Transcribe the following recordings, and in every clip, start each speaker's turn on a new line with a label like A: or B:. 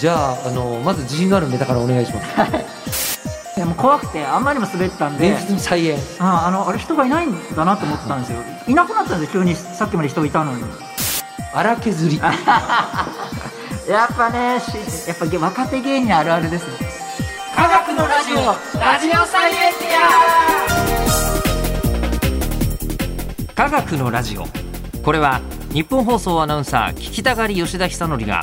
A: じゃああのまず自信のあるネタからお願いします
B: でも怖くてあんまりにも滑ったんで
A: 前日に再演
B: ああのあれ人がいないんだなと思ったんですよいなくなったんですよ急にさっきまで人いたのに
A: 荒削り
B: やっぱねしやっぱげ若手芸人あるあるですね科学のラジオラジオサイエンティ
C: 科学のラジオこれは日本放送アナウンサー聞きたがり吉田久典が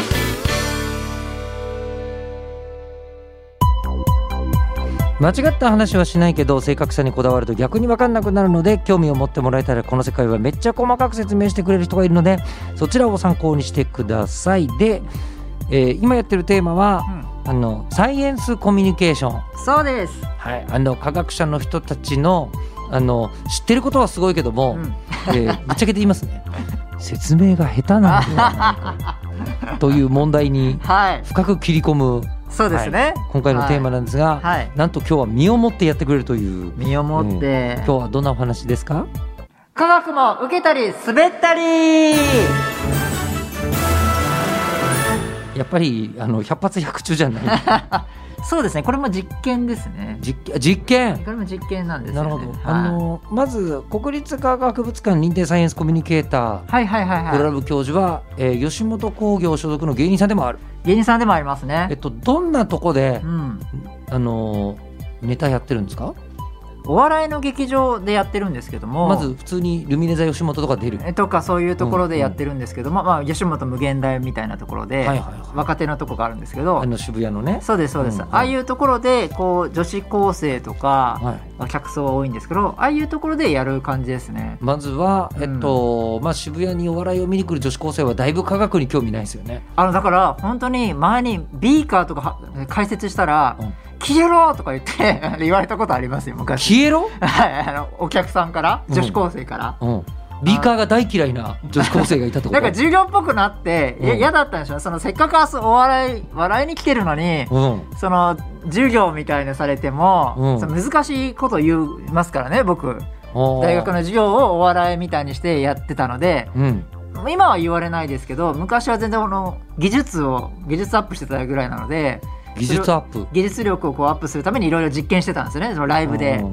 C: 間違った話はしないけど正確さにこだわると逆に分かんなくなるので興味を持ってもらえたらこの世界はめっちゃ細かく説明してくれる人がいるのでそちらを参考にしてくださいで、えー今やってるテーマは、あのサイエンスコミュニケーション、
B: そうです、
C: はい、あの科学者の人たちのあの知ってることはすごいけども、
B: うん
C: えーぶっちゃけて言います ね説明が下手なんではない かという問題に
B: はい
C: 深く切り込む
B: そうですね
C: 今回のテーマなんですが、
B: はい、はい
C: なんと今日は身をもってやってくれるという
B: 身をもって、
C: 今日はどんなお話ですか
B: 科学も受けたり滑ったり
C: やっぱりあの百発百中じゃない
B: そうですねこれも実験ですね
C: 実実験
B: これも実験なんですよ
C: な
B: ね
C: るほど、
B: はい
C: あのまず国立科学博物館認定サイエンスコミュニケータ
B: はいはいはい
C: ーグ
B: は
C: ラ
B: い
C: ブ教授は、えー吉本興業所属の芸人さんでもある、
B: 芸人さんでもあります
C: えっ
B: ね
C: と、どんなとこで
B: う、ん
C: あのネタやってるんですか
B: お笑いの劇場でやってるんですけども
C: まず普通にルミネ座吉本とか出る、
B: えとかそういうところでやってるんですけども、まあ、吉本無限大みたいなところで、
C: はいはいはい
B: 若手のとこがあるんですけ
C: あ
B: ど
C: の渋谷のね、
B: そうですそうです、
C: うんうん
B: ああいうところでこう女子高生とか、
C: はい、
B: 客層は多いんですけどああいうところでやる感じですね
C: まずは、
B: うん
C: えっとまあ、渋谷にお笑いを見に来る女子高生はだいぶ科学に興味ないですよね。
B: あのだから本当に前にビーカーとかは解説したら
C: うん
B: 「消えろ!」とか言って あの言われたことありますよ昔
C: 消えろ、
B: はいあのお客さんから
C: うん
B: 女子高生から、
C: うん、ビーカーが大嫌いな女子高生がいたってこ
B: な
C: と
B: んか授業っぽくなっていや
C: うん
B: 嫌、だったんでしょそのせっかく明日お笑い笑いに来てるのに、
C: うん、
B: その授業みたいにされても、
C: うん
B: その難しいこと言いますからね僕大
C: 大
B: 学の授業をお笑いみたいにしてやってたので
C: うん、
B: 今は言われないですけど昔は全然この技術を技術アップしてたぐらいなので
C: 技術アップ
B: 技術力をこうアップするためにいろいろ実験してたんですよねそのライブで。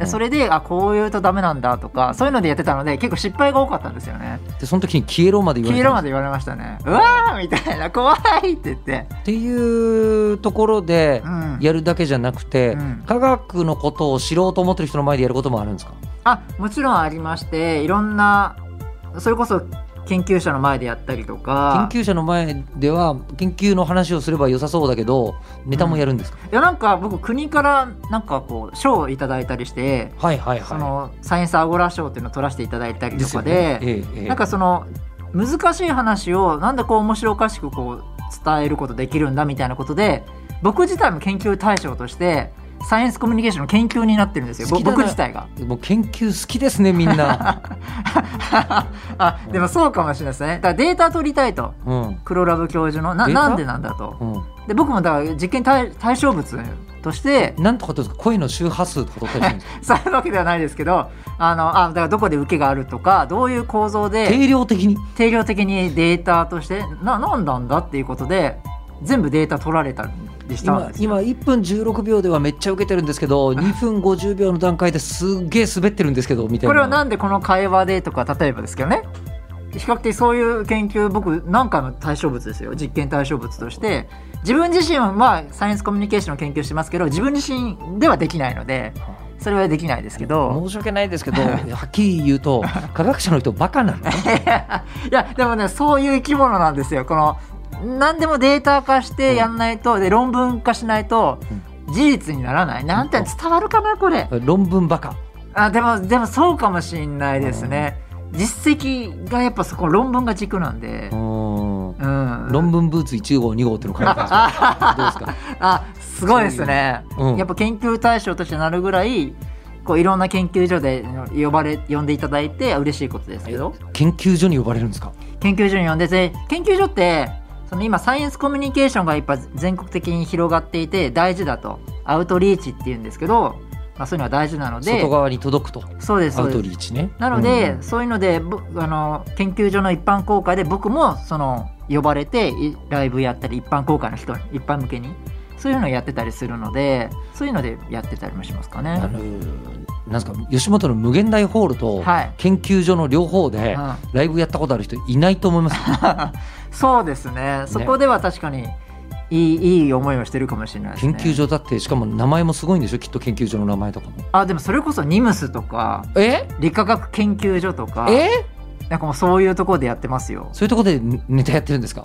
B: でそ
C: れ
B: れであこういうとダメなんだとかそういうのでやってたので結構失敗が多かったんですよね
C: でその時に消えろまで言わ
B: 黄
C: れ
B: 色
C: た
B: まで言われましたねうわーみたいな怖いって言って、
C: っていうところで
B: うん、
C: やるだけじゃなくて、
B: うん
C: 科学のことを知ろうと思ってる人の前でやることもあるんですか
B: あもちろんありましていろんなそれこそ研究者の前でやったりとか
C: 研究者の前では研究の話をすれば良さそうだけどネタもやるんですか、
B: いやなんか僕国からなんかこう賞をいただいたりして、
C: はいはい
B: そ
C: は
B: のサイエンスアゴラ賞っていうのを取らせていただいた
C: い
B: りとかで
C: ええええ
B: なんかその難しい話をなんでこう面白おかしくこう伝えることできるんだみたいなことで僕自体も研究対象としてサイエンスコミュニケーションの研究になってるんですよ
C: 好きだな
B: 僕自体が。
C: もう研究好きですねみんな、
B: あでもそうかもしれないですね。だからデータ取りたいと
C: うん
B: 黒ラブ教授のな
C: データ
B: なんでなんだと。
C: うん、
B: で僕もだから実験対対象物として
C: なんとかどうですか声の周波数とか取ったりするんですか
B: そういうわけではないですけどあのあだからどこで受けがあるとかどういう構造で
C: 定量的に
B: 定量的にデータとしてな何なんだっていうことで全部データ取られたりしたん
C: 今
B: ですよ
C: 今1分16秒ではめっちゃ受けてるんですけど2分50秒の段階ですっげえ滑ってるんですけどみたいな
B: これはなんでこの会話でとか例えばですけどね比較的そういう研究僕何回も対象物ですよ実験対象物として自分自身はまあサイエンスコミュニケーションの研究してますけど自分自身ではできないのでそれはできないですけど。
C: 申し訳ないですけどはっきり言うと科学者の人バカなの
B: いやでもねそういう生き物なんですよこの何でもデータ化してやんないと、で論文化しないと事実にならないなんて伝わるかなこれ
C: 論文バカ
B: あでもでもそうかもしんないですね実績がやっぱそこ論文が軸なんで
C: う、ーん
B: うん、
C: 論文ブーツ1号2号っていうの書いてますけどどうですか
B: あすごいですね
C: そういううん
B: やっぱ研究対象としてなるぐらいこういろんな研究所で呼ばれ呼んでいただいて嬉しいことですけど
C: 研究所に呼ばれるんですか
B: 研究所に呼んでて研究所ってその今サイエンスコミュニケーションがやっぱ全国的に広がっていて大事だとアウトリーチっていうんですけど、まあ、そういうのは大事なので
C: 外側に届くと
B: そうです
C: アウ
B: そうです
C: トリーチね
B: なので、
C: うん
B: そういうのでぼあの研究所の一般公開で僕もその呼ばれていライブやったり一般公開の人に一般向けにそういうのをやってたりするのでそういうのでやってたりもしますか
C: あ
B: ね。
C: のなんすか吉本の無限大ホールと
B: はい
C: 研究所の両方で
B: うん
C: ライブやったことある人いないと思い ます
B: そうですねそこでは確かにいい,、いい思いをしてるかもしれないです
C: 研
B: ね。
C: 究所だってしかも名前もすごいんでしょきっと研究所の名前とかも
B: あでもそれこそニムスとか
C: え
B: 理化学研究所とか
C: え
B: なんかもうそういうところでやってますよ。
C: そういうとこでネタやってるんですか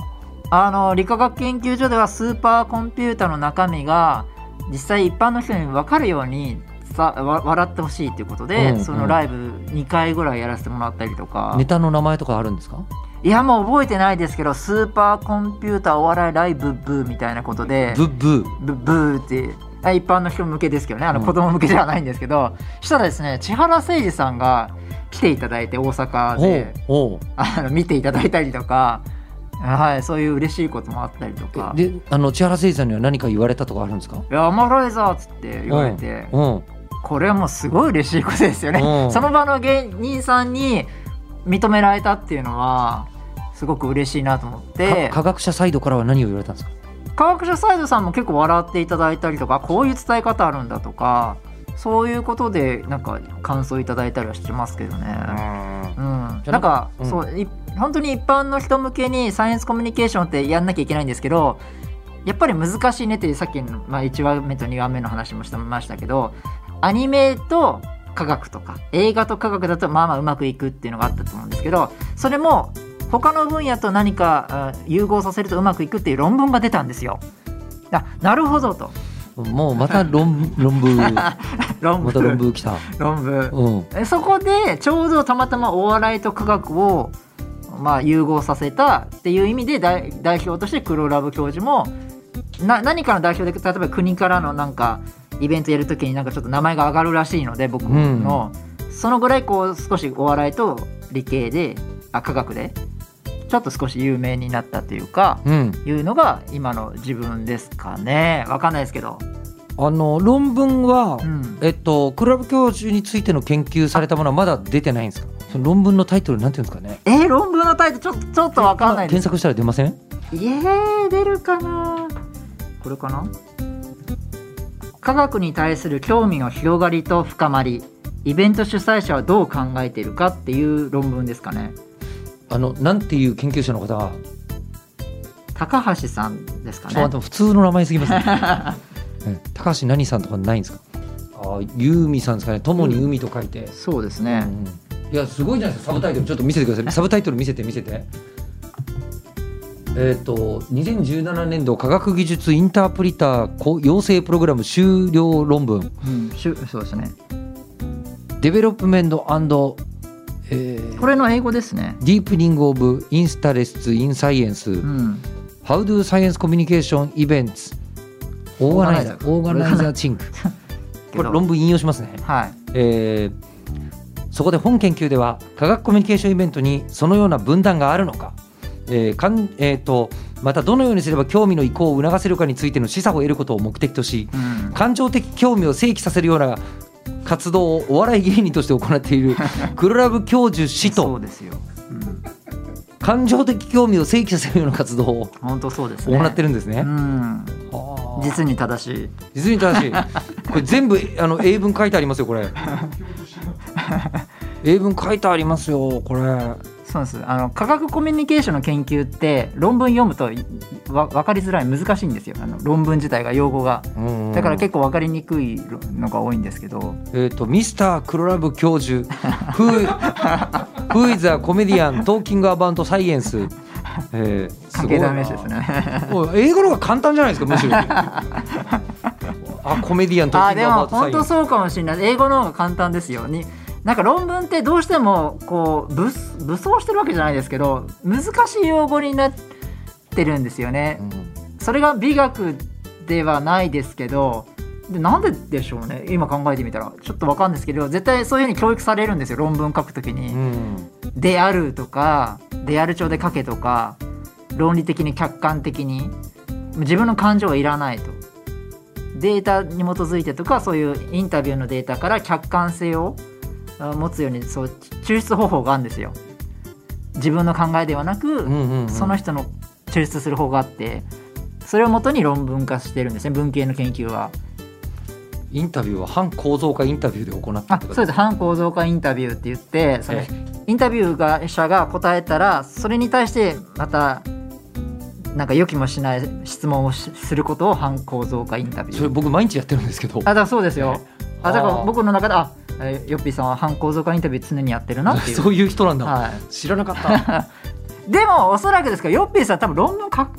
B: あの理化学研究所ではスーパーコンピュータの中身が実際一般の人に分かるようにさわ笑ってほしいということで、
C: うんうん
B: そのライブ2回ぐらいやらせてもらったりとか、
C: ネタの名前とかあるんですか
B: いやもう覚えてないですけどスーパーコンピュータお笑いライブブーみたいなことで
C: ブッブー
B: ブブーってあ一般の人向けですけどねあの
C: うん
B: 子供向けではないんですけど、したらですね千原誠二さんが来ていただいて大阪
C: お
B: で
C: うおう
B: あの見ていただいたりとか、はい、そういう嬉しいこともあったりとか。
C: であの千原誠二さんには何か言われたとかあるんですか
B: いや、おもろいぞっつって言われて、
C: うんうん
B: これはもうすごい嬉しいことですよね。
C: うん
B: その場の芸人さんに認められたっていうのは、すごく嬉しいなと思っ
C: か
B: て、
C: 科学者サイドからは何を言われたんですか
B: 科学者サイドさんも結構笑っていただいたりとか、こういう伝え方あるんだとか、そういうことでなんか感想いただいたりはしてますけどね。うん、
C: じゃあ
B: なんか、
C: うん
B: そうい本当に一般の人向けにサイエンスコミュニケーションってやんなきゃいけないんですけどやっぱり難しいねっていうさっきの、まあ、1話目と2話目の話もしてましたけどアニメと科学とか映画と科学だとまあまあうまくいくっていうのがあったと思うんですけどそれも他の分野と何かあ融合させるとうまくいくっていう論文が出たんですよ。あなるほどと
C: もうまた論論 文ま
B: 論
C: た論
B: 文
C: 文来た
B: 論文
C: うん
B: えそこでちょうどたまたまお笑いと科学を、まあ、融合させたっていう意味で代代表として黒ラブ教授もな何かの代表で例えば国からのなんかイベントやるときになんかちょっと名前が上がるらしいので僕の、そのぐらいこう少しお笑いと理系であ科学でちょっと少し有名になったというか
C: うん
B: いうのが今の自分ですかねわかんないですけど、
C: あの論文は、
B: うん、
C: えっとクラブ教授についての研究されたものはまだ出てないんですかその論文のタイトルなんていうんですかね
B: えー論文のタイトルちょっとちょっとわかんないで
C: 検
B: す
C: 索したら出ません
B: いえー、出るかなこれかな科学に対する興味の広がりと深まりイベント主催者はどう考えているかっていう論文ですかね
C: あのなんていう研究者の方が
B: 高橋さんですか
C: ちょっと待っ
B: ね
C: て普通の名前すぎますね ええ高橋何さんとかないんですかあーユーミさんですかねともに海と書いて、
B: そうです
C: うん
B: ね、
C: いやすごいじゃないですかサブタイトルちょっと見せてくださいサブタイトル見せて見せてえっ、と2017年度科学技術インタープリターこ養成プログラム修了論文
B: うんしゅそうですね
C: デベロップメント、えー
B: これの英語ですね
C: ディープニング・オブ・インスタレス・イン・サイエンス、
B: うん、
C: How do science communication events オーガナイザー、オーガナイザー・チン ク。これ論文引用しますね。
B: はい
C: えーそこで本研究では科学コミュニケーションイベントにそのような分断があるのか,、えーかんえーとまたどのようにすれば興味の移行を促せるかについての示唆を得ることを目的とし
B: うん
C: 感情的興味を喚起させるような活動をお笑い芸人として行って いる黒ラブ教授氏
B: そ
C: と
B: うですよ、うん、
C: 感情的興味を喚起させるような活動を
B: 本当そうですね
C: 行って
B: る
C: るんです
B: う
C: ね。
B: ん
C: はあ
B: 実に正しい
C: 実に正しいこれ全部あの英文書いてありますよこ れ英文書いてありますよこれ
B: そうですあの科学コミュニケーションの研究って論文読むといわ分かりづらい難しいんですよあの論文自体が用語がだから結構分かりにくいのが多いんですけど、
C: えっ、とミスタークロラブ教授 Who Who is a comedian talking about science えーす
B: 関
C: ご
B: 係
C: いな
B: ダメですね
C: おい英語の方が簡単じゃないですかむ しろあコメディアン
B: あ
C: talking
B: でも
C: about
B: 本当
C: science
B: そうかもしれない英語の方が簡単ですよになんか論文ってどうしてもこう武武装してるわけじゃないですけど難しい用語になってるんですよね
C: うん
B: それが美学ではないですけどでなんででしょうね今考えてみたらちょっとわかんないですけど絶対そういうふうに教育されるんですよ論文書くときに。
C: うん
B: であるとかである調で書けとか論理的に客観的に自分の感情はいらないとデータに基づいてとかそういうインタビューのデータから客観性をあ持つようにそう抽出方法があるんですよ自分の考えではなく、
C: うんうんうん
B: その人の抽出する方があってそれをもとに論文化してるんですね文系の研究は
C: インタビューは反構造化インタビューで行った
B: あ
C: って
B: そ
C: こ
B: う
C: と
B: です反構造化インタビューって言ってその
C: え
B: インタビューが者が答えたらそれに対してまたなんか予期もしない質問をしすることを反構造化インタビュ
C: それ
B: ー
C: 僕毎日やってるんですけど
B: あだからそうですよあだか
C: は
B: ら
C: あ
B: 僕の中であえヨッピーさんは反構造化インタビュー常にやってるなってい う
C: そういう人なんだ、
B: は
C: 知らなか った
B: い、でもおそらくですけどヨッピーさん多分論文書く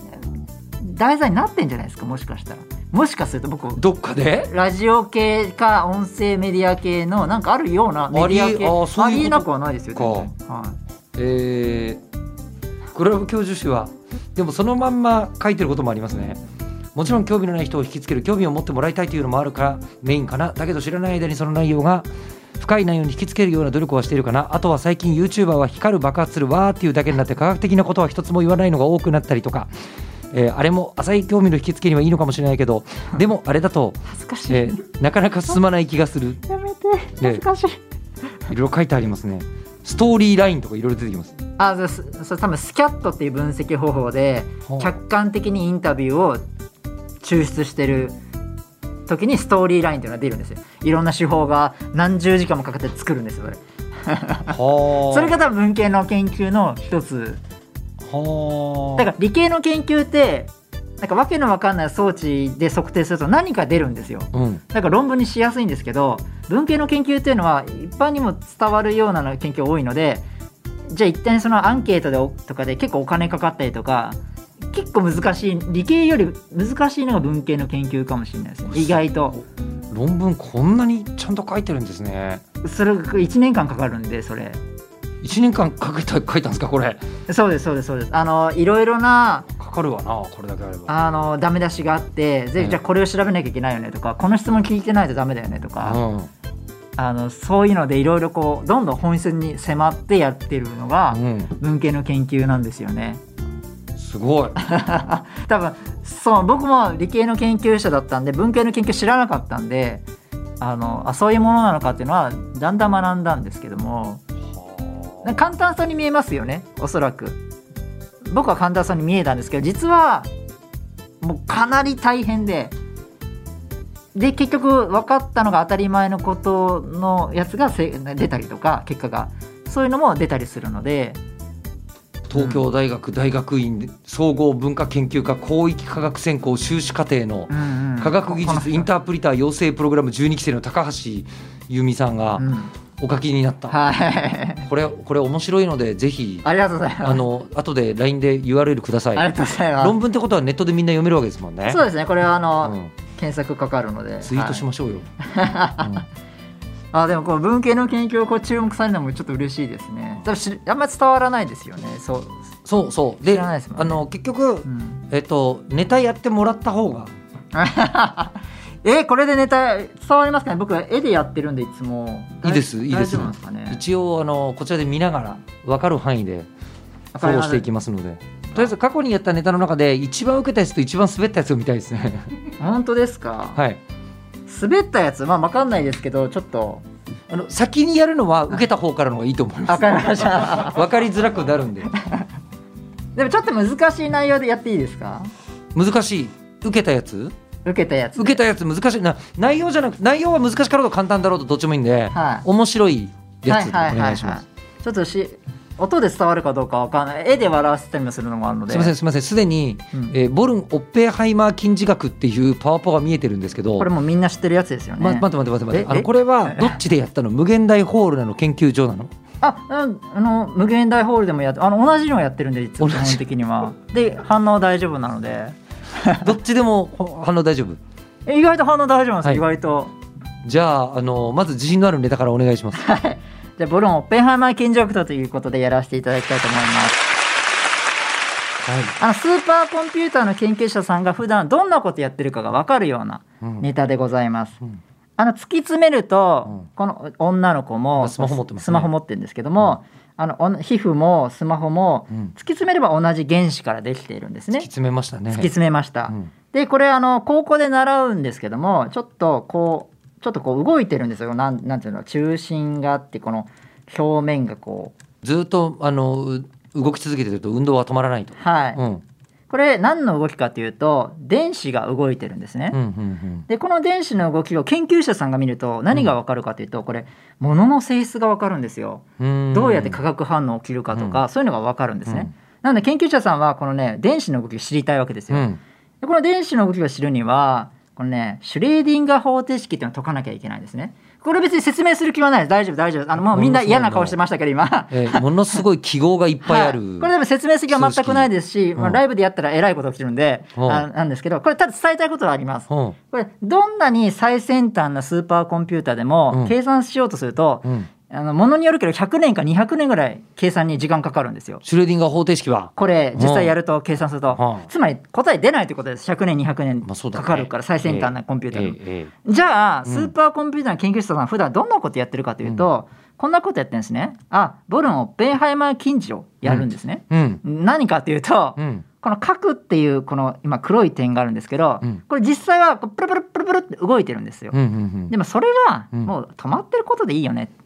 B: 題材になってんじゃないですかもしかしたらもしかすると僕
C: どっかで
B: ラジオ系か音声メディア系のなんかあるようなメディア系
C: ありあそういうこと
B: ありえなくはないですよ
C: か
B: 全然はい
C: えー、クラブ教授誌はでもそのまんま書いてることもありますねもちろん興味のない人を引きつける興味を持ってもらいたいというのもあるからメインかなだけど知らない間にその内容が深い内容に引きつけるような努力はしているかなあとは最近 YouTuber は光る爆発するわーっていうだけになって科学的なことは一つも言わないのが多くなったりとか、えーあれも浅い興味の引きつけにはいいのかもしれないけどでもあれだと、
B: 恥ずかしい、
C: えーなかなか進まない気がする
B: やめて
C: 恥
B: 恥
C: ず
B: ずかしい、
C: いろいろ書いてありますねストーリーラインとかいろいろ出てきます
B: あそそそれ多分スキャットっていう分析方法で
C: ほう
B: 客観的にインタビューを抽出してる時にストーリーラインっていうのが出るんですよいろんな手法が何十時間もかけて作るんですよそれ
C: はあ
B: それが多分文系の研究の一つ
C: はあ
B: だから理系の研究ってなんかわけのわかんない装置で測定すると何か出るんですよ
C: うん、
B: だから論文にしやすいんですけど文系の研究っていうのは一般にも伝わるような研究多いのでじゃあ一旦そのアンケートでおとかで結構お金かかったりとか結構難しい理系より難しいのが文系の研究かもしれないですね意外と
C: 論文こんなにちゃんと書いてるんですね
B: それが1年間かかるんでそれ
C: 1年間かけた書いたんですかこれ
B: そうですそうですそうですあのいろいろな
C: かかるわなこれだけあれば
B: あのダメ出しがあってぜ
C: うん
B: ひじゃあこれを調べなきゃいけないよねとかこの質問聞いてないとダメだよねとか、
C: う
B: あのそういうのでいろいろこうどんどん本質に迫ってやってるのが、
C: ん、う
B: 文系の研究なんですよね
C: ん、すごい
B: 多分そう僕も理系の研究者だったんで文系の研究知らなかったんであのあそういうものなのかっていうのはだんだん学んだんですけどもなんか簡単そうに見えますよねおそらく僕は簡単そうに見えたんですけど実はもうかなり大変でで結局分かったのが当たり前のことのやつがせ出たりとか結果がそういうのも出たりするので
C: 東京大学大学院総合文化研究科広域科学専攻修士課程の
B: うんうん
C: 科学技術インタープリター養成プログラム12期生の高橋由美さんが
B: うん
C: お書きになった、
B: はい
C: これこれ面白いのでぜひ
B: ありがとうございます。
C: あの後で LINE で URL くださ
B: あり
C: い
B: がとうござい
C: 論
B: ま
C: 文ってことはネットでみんな読めるわけですもんね
B: す。そうですね、これはあの、
C: うん
B: 検索かかるので。
C: ツイートし
B: はい
C: ましょうよ。うん
B: あ、でもこう文系の研究をこう注目されるのもちょっと嬉しいですね。多分しあんまり伝わらないですよね。そう、
C: そうそう。で、
B: 知らないですもんね
C: あの結局
B: う、ん
C: えっとネタやってもらった方が
B: え、これでネタ伝わりますかね。僕は絵でやってるんでいつも。
C: いいです
B: 大
C: いいです
B: 大丈夫なんですかね。
C: 一応あのこちらで見ながら分かる範囲でフォローしていきますので。とりあえず過去にやったネタの中で一番受けたやつと一番滑ったやつを見たいですね。
B: 本当ですか。
C: はい。
B: 滑ったやつ、まあわかんないですけど、ちょっと。
C: あの先にやるのは受けた方からの方がいいと思いま
B: わ
C: す。
B: かり ました。
C: 分かりづらくなるんで
B: でもちょっと難しい内容でやっていいですか。
C: 難しい受けたやつ
B: 受けたやつ。
C: 受けたやつ難しいな内容じゃなく内容は難しかろうと簡単だろうとどっちもいいんで、
B: はい
C: 面白いやつでお願いします。
B: ちょっとし音で伝わるかどうかわかんない絵で笑わせたりもするのもあるのです
C: みませんすみませんすでに、
B: うん
C: えーボルン・オッペンハイマー金字学っていうパワポが見えてるんですけど
B: これもうみんな知ってるやつですよね、
C: ま、待って待って待って待ってあの
B: え
C: これはどっちでやったの無限大ホール なの研究所なの
B: あうんあの無限大ホールでもやってあの同じのをやってるんでいつも基
C: 同じ
B: 本的にはで反応大丈夫なので
C: どっちでもほ反応大丈夫
B: え意外と反応大丈夫なんですよ、
C: はい
B: 意外と
C: じゃああのまず自信のあるネタからお願いします
B: じゃあボロンオッペンハイマー金属とということでやらせていただきたいと思いますあのスーパーコンピューターの研究者さんが普段どんなことやってるかが分かるような
C: うん
B: ネタでございます。
C: うん
B: あの突き詰めると、
C: うん
B: この女の子も
C: あスマホ持ってますね
B: スマホ持ってるんですけども、あのお皮膚もスマホも
C: うん
B: 突き詰めれば同じ原子からできているんです
C: 突
B: ね。
C: き詰めましたね
B: 突き詰めました。
C: うん
B: でこれあの高校で習うんですけどもちょっとこうちょっとこう動いてるんですよなんなんていうの中心があってこの表面がこう
C: ずっとあのう動き続けてると運動は止まらないと、
B: はい、
C: うんうん
B: これ何の動きかというと電子が動いてるんですね、
C: うんうん
B: でこの電子の動きを研究者さんが見ると何がわかるかというとこれ物の性質がわかるんですよ
C: うん
B: どうやって化学反応起きるかとか、そういうのがわかるんですね、なので研究者さんはこのね電子の動きを知りたいわけです
C: う
B: よ、
C: ん
B: でこの電子の動きを知るにはこのねシュレーディンガー方程式っていうのを解かなきゃいけないんですねこれ別に説明する気はないです大丈夫大丈夫あのもうみんな嫌な顔してましたけど今
C: えーものすごい記号がいっぱいあ
B: は
C: る、
B: これでも説明する気は全くないですし、
C: うん
B: まあ、ライブでやったらえらいこと起きるんで、
C: うん
B: あなんですけどこれただ伝えたいことはあります
C: うん
B: これどんなに最先端なスーパーコンピューターで
C: うん
B: も計算しようとすると、
C: うん
B: あのものによるけど100年か200年ぐらい計算に時間かかるんですよ
C: シュレーディンガー方程式は
B: これ実際やると計算すると、
C: うん
B: つまり答え出ないということです100年200年
C: まあそうだね
B: かかるから最先端なコンピューターの、
C: え
B: じゃあ
C: うん
B: スーパーコンピューターの研究者さんは普段どんなことやってるかというと、こんなことやってるんですねあボルン・オッペンハイマー近似をやるんですね、
C: えうん
B: 何かというと、
C: うん
B: この核っていうこの今黒い点があるんですけど、
C: うん
B: これ実際はこうプルプルプルプルって動いてるんですよ、
C: うんうん
B: でもそれは
C: うん
B: もう止まってることでいいよね、
C: うん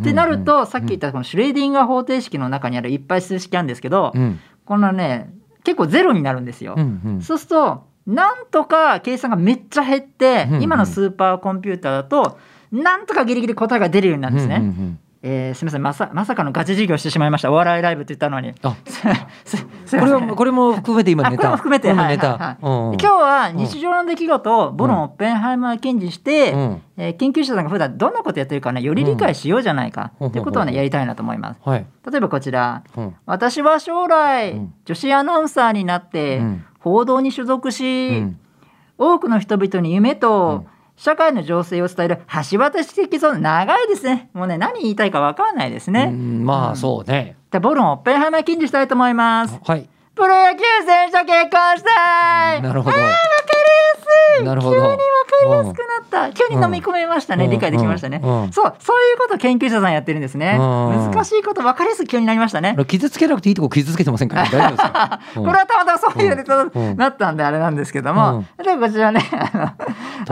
B: ってなると、さっき
C: っ
B: 言ったこのシュレーディンガー方程式の中にあるいっぱい数式あるんですけど、
C: うん
B: このね結構ゼロになるんですよ、
C: うんうん
B: そうするとなんとか計算がめっちゃ減って、
C: うんうん
B: 今のスーパーコンピューターだとなんとかギリギリ答えが出るようになるんですね、
C: うんうんうん
B: えーすみませんまさまさかのガチ授業してしまいましたお笑いライブって言ったのに
C: あ
B: すすすい
C: こ
B: ま
C: れ
B: せ
C: は
B: ん
C: これも含めて今
B: あ
C: ネ
B: これ
C: タ
B: も含め
C: こ
B: て
C: れも
B: はい
C: ネ
B: はいは
C: タ
B: い
C: うんうん
B: 今日は日常の出来事をボロン・オッペンハイマー検事して、
C: うん
B: えー研究者さんが普段どんなことやってるかねより理解しようじゃないか
C: うん
B: ということを
C: ほうほうほう
B: ねやりたいなと思います
C: はい
B: 例えばこちら
C: うん
B: 私は将来、
C: うん
B: 女子アナウンサーになって、
C: うん
B: 報道に所属
C: う
B: し、
C: ん
B: 多くの人々に夢と、
C: うん
B: 社会の情勢を伝える橋渡し的存在長いですねもうね何言いたいか分かんないです
C: う
B: ね、
C: んまあそうね
B: じゃあボルン・オッペンハイマー検事したいと思います
C: はい
B: プロ野球選手と結婚したい
C: なるほど
B: あーわかりやすい
C: なるほど
B: 急にわかりやすくなった急に飲み込めましたね、
C: うん
B: 理解できましたね、
C: うんうん
B: そうそういうことを研究者さんやってるんですね、
C: うん
B: 難しいことわかりやすく急になりましたね、
C: 傷つけなくていいとこ傷つけてませんから大丈夫ですか
B: これはたまたまそういうネタに
C: うん
B: なったんであれなんですけども、例えばこちらねあ
C: と
B: の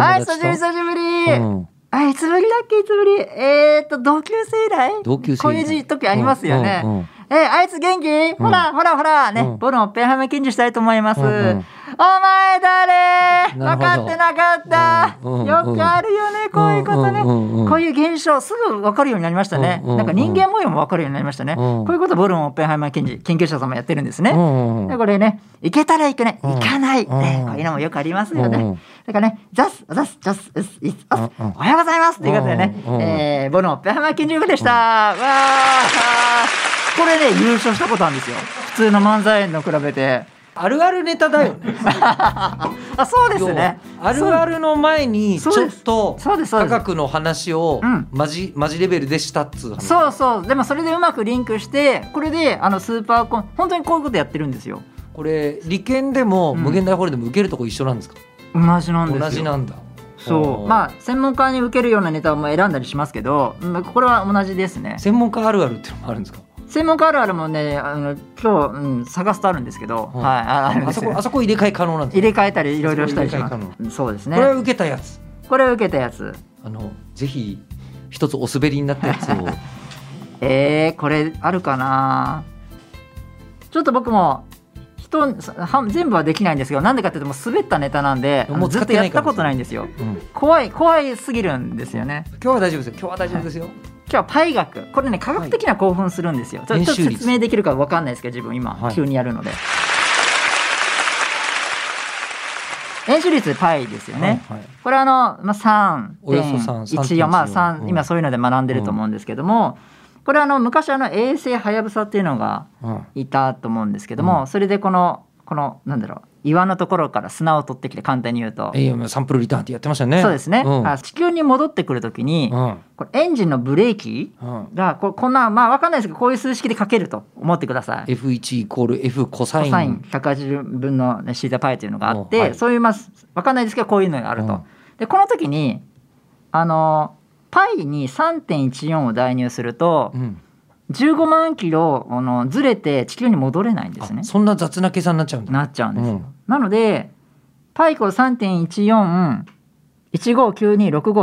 B: あ久しぶり久しぶり、
C: うん
B: あいつぶりだっけいつぶりえー、っと同級生以来
C: 同級生
B: こういう時ありますよね、
C: うんうんうん
B: えーあいつ元気、ほらほらほらね、
C: うん
B: ボルンオッペンハイマー検事したいと思います、
C: うんうん
B: お前誰
C: なる
B: 分
C: ほど
B: かってなかった、
C: うんうんうん
B: よくあるよねこういうことね、
C: うんうんうんうん
B: こういう現象すぐ分かるようになりましたね、
C: うんうんうん
B: なんか人間模様も分かるようになりましたね、
C: ん
B: こういうことボルンオッペンハイマー検事研究者さんもやってるんですね、
C: うんうんうん
B: でこれね、行けたら行くね、
C: うん
B: 行かない、ね
C: うん
B: こういうのもよくありますよ
C: う
B: ね
C: ん。
B: だからね、ザス、ザス、ザス、ウス、イス、オス
C: うんうん
B: おはようございますということでね、
C: うんうん
B: えー、ボノ、ペハマ研究部でした。わー、これね、優勝したことあるんですよ。普通の漫才の比べて。
C: あるあるネタだよね
B: あ、そうですね。
C: あるあるの前にち
B: そう
C: ょ
B: で
C: っ
B: す
C: と
B: そうですそう
C: 科
B: です
C: 学の話を
B: うん
C: マジマジレベルでしたっつう話
B: そうそうそうでもそれでうまくリンクしてこれであのスーパーコン本当にこういうことやってるんですよ
C: これ理研でも
B: うん
C: 無限大ホールでも受けるとこ一緒なんですか
B: 同じなんですよ
C: 同じなんだ
B: そうまあ専門家に受けるようなネタも選んだりしますけどうんこれは同じですね
C: 専門家あるあるっていうのもあるんですか
B: 専門家あるあるもねあの今日、うん、探すとあるんですけど、
C: うん
B: はいああるん
C: あ
B: です
C: そ
B: よ
C: こあそこ入れ替え可能なんです
B: 入
C: か
B: れ替えたりいろいろしたりしま
C: そこ入れ替え
B: すそうですね
C: これは受けたやつ
B: これを受けたやつ
C: あのぜひ一つお滑りになったやつを
B: えー、これあるかなちょっと僕も人そは全部はできないんですけどなんでかっていうともう滑ったネタなんであの
C: もう使
B: ず
C: っ
B: っと
C: てな
B: や
C: い
B: っ
C: か
B: た
C: も
B: こ
C: しれ
B: と
C: ない
B: ないんですよ
C: うん
B: 怖い怖いすぎるんですよね
C: 今日は大丈夫ですよ今日は大丈夫ですよ
B: 今日はパイ学これね科学的な興奮するんですよ、ちょ
C: 練
B: ちょっと
C: 習率
B: 説明できるかわかんないですけど自分今、
C: はい
B: 急にやるので円周率パイですよね、
C: はいはい
B: これあの、まあ、
C: およそ3
B: 3.14まあ
C: 3.14
B: 3今そういうので学んでると思うんですけども、これあの昔あの衛星はやぶさっていうのが
C: うん
B: いたと思うんですけども、それでこのこのなんだろう岩のところから砂を取ってきて簡単に言うと、
C: えーサンプルリターンってやってましたよね。
B: そうですね、
C: うん
B: あ地球に戻ってくるときに、
C: うん
B: これエンジンのブレーキ
C: うん
B: がここんなまあわかんないですけどこういう数式で書けると思ってください。
C: F1 イコール F コサイ
B: コ
C: ン
B: サイン180分のねシータパイというのがあって、
C: おはい
B: そういうまあわかんないですけどこういうのがあると。
C: うん
B: でこの時にあのパイに3.14を代入すると
C: うん
B: 15万キロあのずれて地球に戻れないんですね
C: あ。そんな雑な計算になっちゃうんだ。
B: なっちゃうんですよ。
C: うん
B: なのでパイコ3.14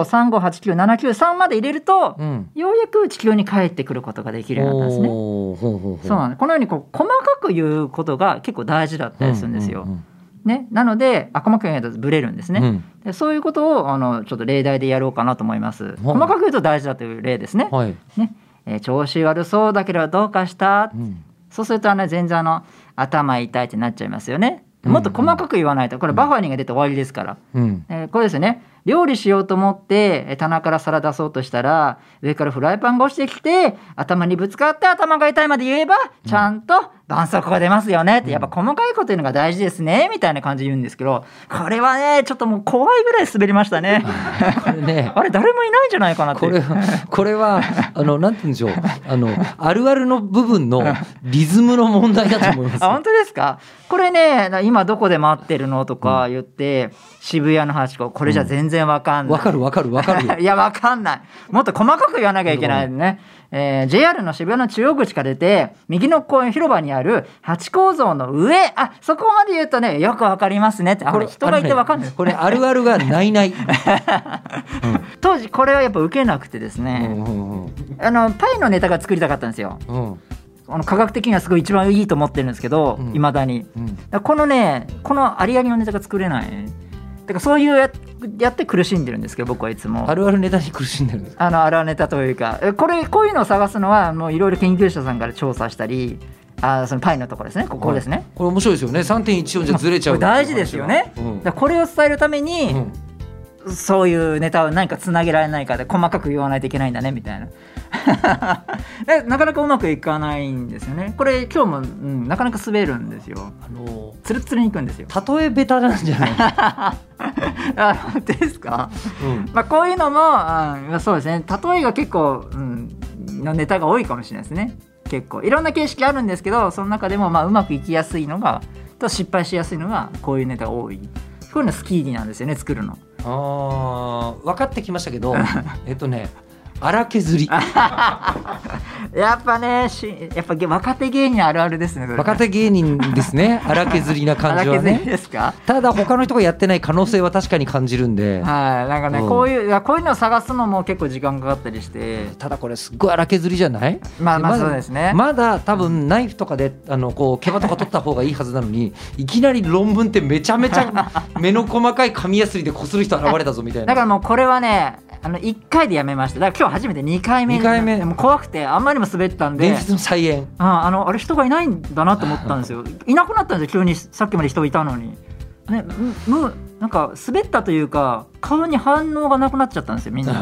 B: 159265358979まで入れると、
C: うん、
B: ようやく地球に帰ってくることができるようになったんですね。
C: おーほうほうほう
B: そうなんですこのようにこう細かく言うことが結構大事だったりするんですよ。
C: ううん
B: ね、なのであ細かく言うとブレるんです
C: う
B: ね、
C: んうん
B: でそういうことをあのちょっと例題でやろうかなと思います細かく言うと大事だという例ですね、
C: はい、
B: えー調子悪そうだけどどうかした
C: うん
B: そうするとあの全然あの頭痛いってなっちゃいますよね
C: うん
B: もっと細かく言わないとこれバファリンが出て終わりですから、
C: うん
B: えーこれですよね料理しようと思ってえー棚から皿出そうとしたら上からフライパンが落ちてきて頭にぶつかって頭が痛いまで言えばちゃんと絆創膏が出ますよねって、やっぱ細かいこと言うのが大事ですねみたいな感じで言うんですけどこれはねちょっともう怖いぐらい滑りましたね
C: これね
B: あれ誰もいないんじゃないかなって
C: これはこれはあのなんて言うんでしょうあのあるあるの部分のリズムの問題だと思います
B: あ。本当ですかこれねな今どこで待ってるのとか言って、渋谷の端っここれじゃ全然わかんない、。
C: わかるわかるわかるよ
B: いやわかんないもっと細かく言わなきゃいけないね、えー JR の渋谷の中央口から出て右の公園広場にある八甲像の上あそこまで言うとねよくわかりますねってあこれ人がいてわかんない、
C: あのねこれあるあるがない ない。
B: 当時これはやっぱ受けなくてです
C: う
B: ね、
C: んうんうん
B: あのパイのネタが作りたかったんですよ
C: うん
B: あの科学的にはすごい一番いいと思ってるんですけど
C: うん
B: いま、未だに
C: うん
B: だからこのねこのありありのネタが作れないだからそういうややって苦しんでるんですけど僕はいつも
C: あるあるネタに苦しんでるんです。
B: あの荒ネタというかえこれこういうのを探すのはもういろいろ研究者さんから調査したりあそのパイのところですねここですね、
C: これ面白いですよね。3.14じゃずれちゃう。
B: これ大事ですよね
C: うん
B: だからこれを伝えるために、
C: うん
B: そういうネタを何かつなげられないかで細かく言わないといけないんだねみたいな でなかなかうまくいかないんですよねこれ今日も、うん、なかなか滑るんですよ
C: あの
B: つるつるにいくんですよ
C: 例えベタなんじゃない。
B: あ本当ですか
C: うん
B: まあ、こういうのも、うんまあ、そうですね例えが結構、うん、のネタが多いかもしれないですね結構いろんな形式あるんですけどその中でもまあうまくいきやすいのがと失敗しやすいのがこういうネタが多いこういうの好きなんですよね作るの
C: ああ分かってきましたけどえっとね荒削り
B: やっぱねしやっぱげ若手芸人あるあるですねそれ
C: 若手芸人ですね荒削りな感じは
B: 荒削
C: ね
B: りですか
C: ただ他の人がやってない可能性は確かに感じるんで
B: はいなんかね、
C: うん
B: こういういやこういうのを探すのも結構時間かかったりして
C: ただこれすっごい荒削りじゃない
B: まあまあ
C: まだ
B: そうですね、
C: まだ多分ナイフとかであのこう毛羽とか取った方がいいはずなのにいきなり論文ってめちゃめち ゃ目の細かい紙やすりでこする人現れたぞみたい
B: だ
C: な
B: からもうこれはねあの1回でやめましただから今日初めて2回目
C: 二回目
B: でも怖くてあんまりにも滑ったんで
C: 伝説の再演
B: ああのあれ人がいないんだなと思ったんで すよいなくなったんですよ急にさっきまで人いたのに、ね、むむなんか滑ったというか顔に反応がなくなっちゃったんですよみん な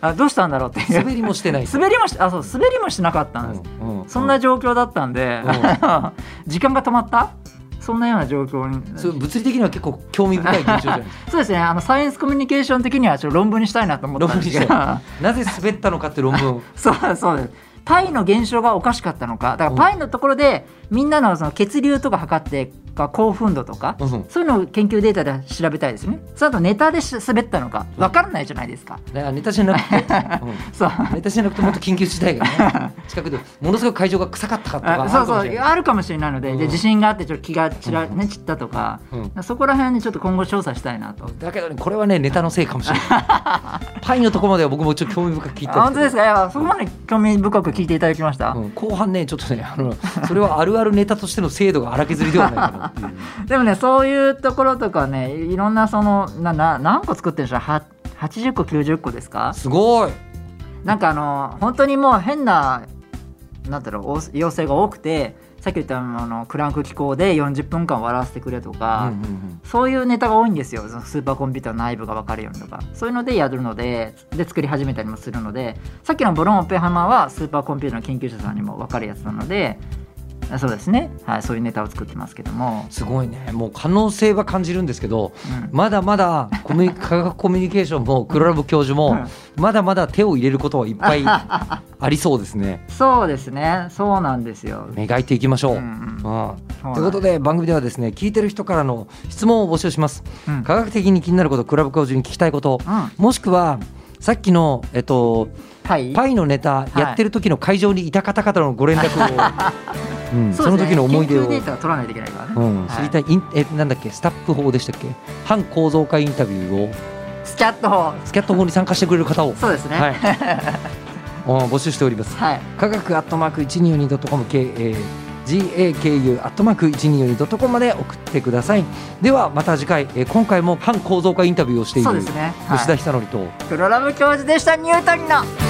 B: あどうしたんだろうっていう
C: 滑りもしてない
B: 滑りもしあそう滑りもしなかったんです、
C: うんうん
B: そんな状況だったんで、
C: うん
B: 時間が止まったそんなような状況に
C: そう物理的には結構興味深い現象じゃない
B: そうですねあのサイエンスコミュニケーション的にはちょっと論文にしたいなと思ったんです
C: 論
B: け
C: 文にし
B: ど
C: なぜ滑ったのかって論文を
B: そうそうですパイの現象がおかしかったのかだからパイのところでみんなのその血流とか測ってか興奮度とか、
C: うん
B: そういうのを研究データで調べたいですねその後ネタでし滑ったのかわからないじゃないですか、
C: ねネタじゃなくて、う
B: そうん
C: ネタじゃなくてもっと緊急事態がね近くでものすごい会場が臭かったかとか
B: あ
C: あ
B: そ
C: る
B: う
C: かも
B: そ
C: しれ
B: う
C: ない
B: あるかもしれないので,、
C: うん
B: で地震があってちょっと気が散ら、
C: う
B: ね、散ったとか,、
C: う
B: そこら辺にちょっと今後調査したいなと。
C: んだけどねこれはねネタのせいかもしれない パイのとこまでは僕もちょっと興味深く聞い
B: あ
C: た
B: 本
C: ん
B: 当ですすかいやそこまで興味深く聞いていただきました、
C: けどうん後半ねちょっとねあのそれはあるあるネタとしての精度が荒削りではないかなっていう
B: でもねそういうところとかねいろんなそのなな何個作ってるんでしょうは80個90個ですか
C: すごい
B: なんかあの本当にもう変ななんだろうお要請が多くてさっき言ったあのクランク機構で40分間笑わせてくれとか、
C: うんうん
B: そういうネタが多いんですよそのスーパーコンピューターの内部が分かるようにとかそういうのでやるのでで作り始めたりもするのでさっきのボロン・オペハマはスーパーコンピューターの研究者さんにも分かるやつなのであそうですね、はい、そういうネタを作ってますけども、
C: すごいねもう可能性は感じるんですけど
B: うん
C: まだまだコミュニ科学コミュニケーションも黒ラブ教授もまだまだ手を入れることはいっぱいありそうです ね
B: そうですねそうなんですよ。
C: 磨いていきましょう。
B: う
C: うん
B: んうん
C: ということで番組ではですね聞いてる人からの質問を募集します。
B: うん
C: 科学的に気になることクラブ教授に聞きたいこと
B: うん
C: もしくはさっきの、えっと、
B: はい
C: パイのネタ
B: い
C: やってる時の会場にいた方々のご連絡 を、うんそ
B: そう
C: の
B: で
C: 時
B: すね
C: の思い出
B: 研究デ
C: を
B: ー、タは取らないといけないからね、
C: うん、
B: はい
C: 知りたいインえなんだっけスタップ法でしたっけ反構造化インタビューを
B: スキャット法
C: スキャット法に参加してくれる方を、
B: そうですね
C: は
B: はいい、
C: うん募集 しております。科学アットマーク 1242.com K、えー、GAKU アットマーク 1242.com まで送ってくださいではまた次回、えー今回も反構造化インタビューをしている
B: そうですね、
C: 吉田
B: は
C: 久典と
B: い、プロラム教授でしたニュートンの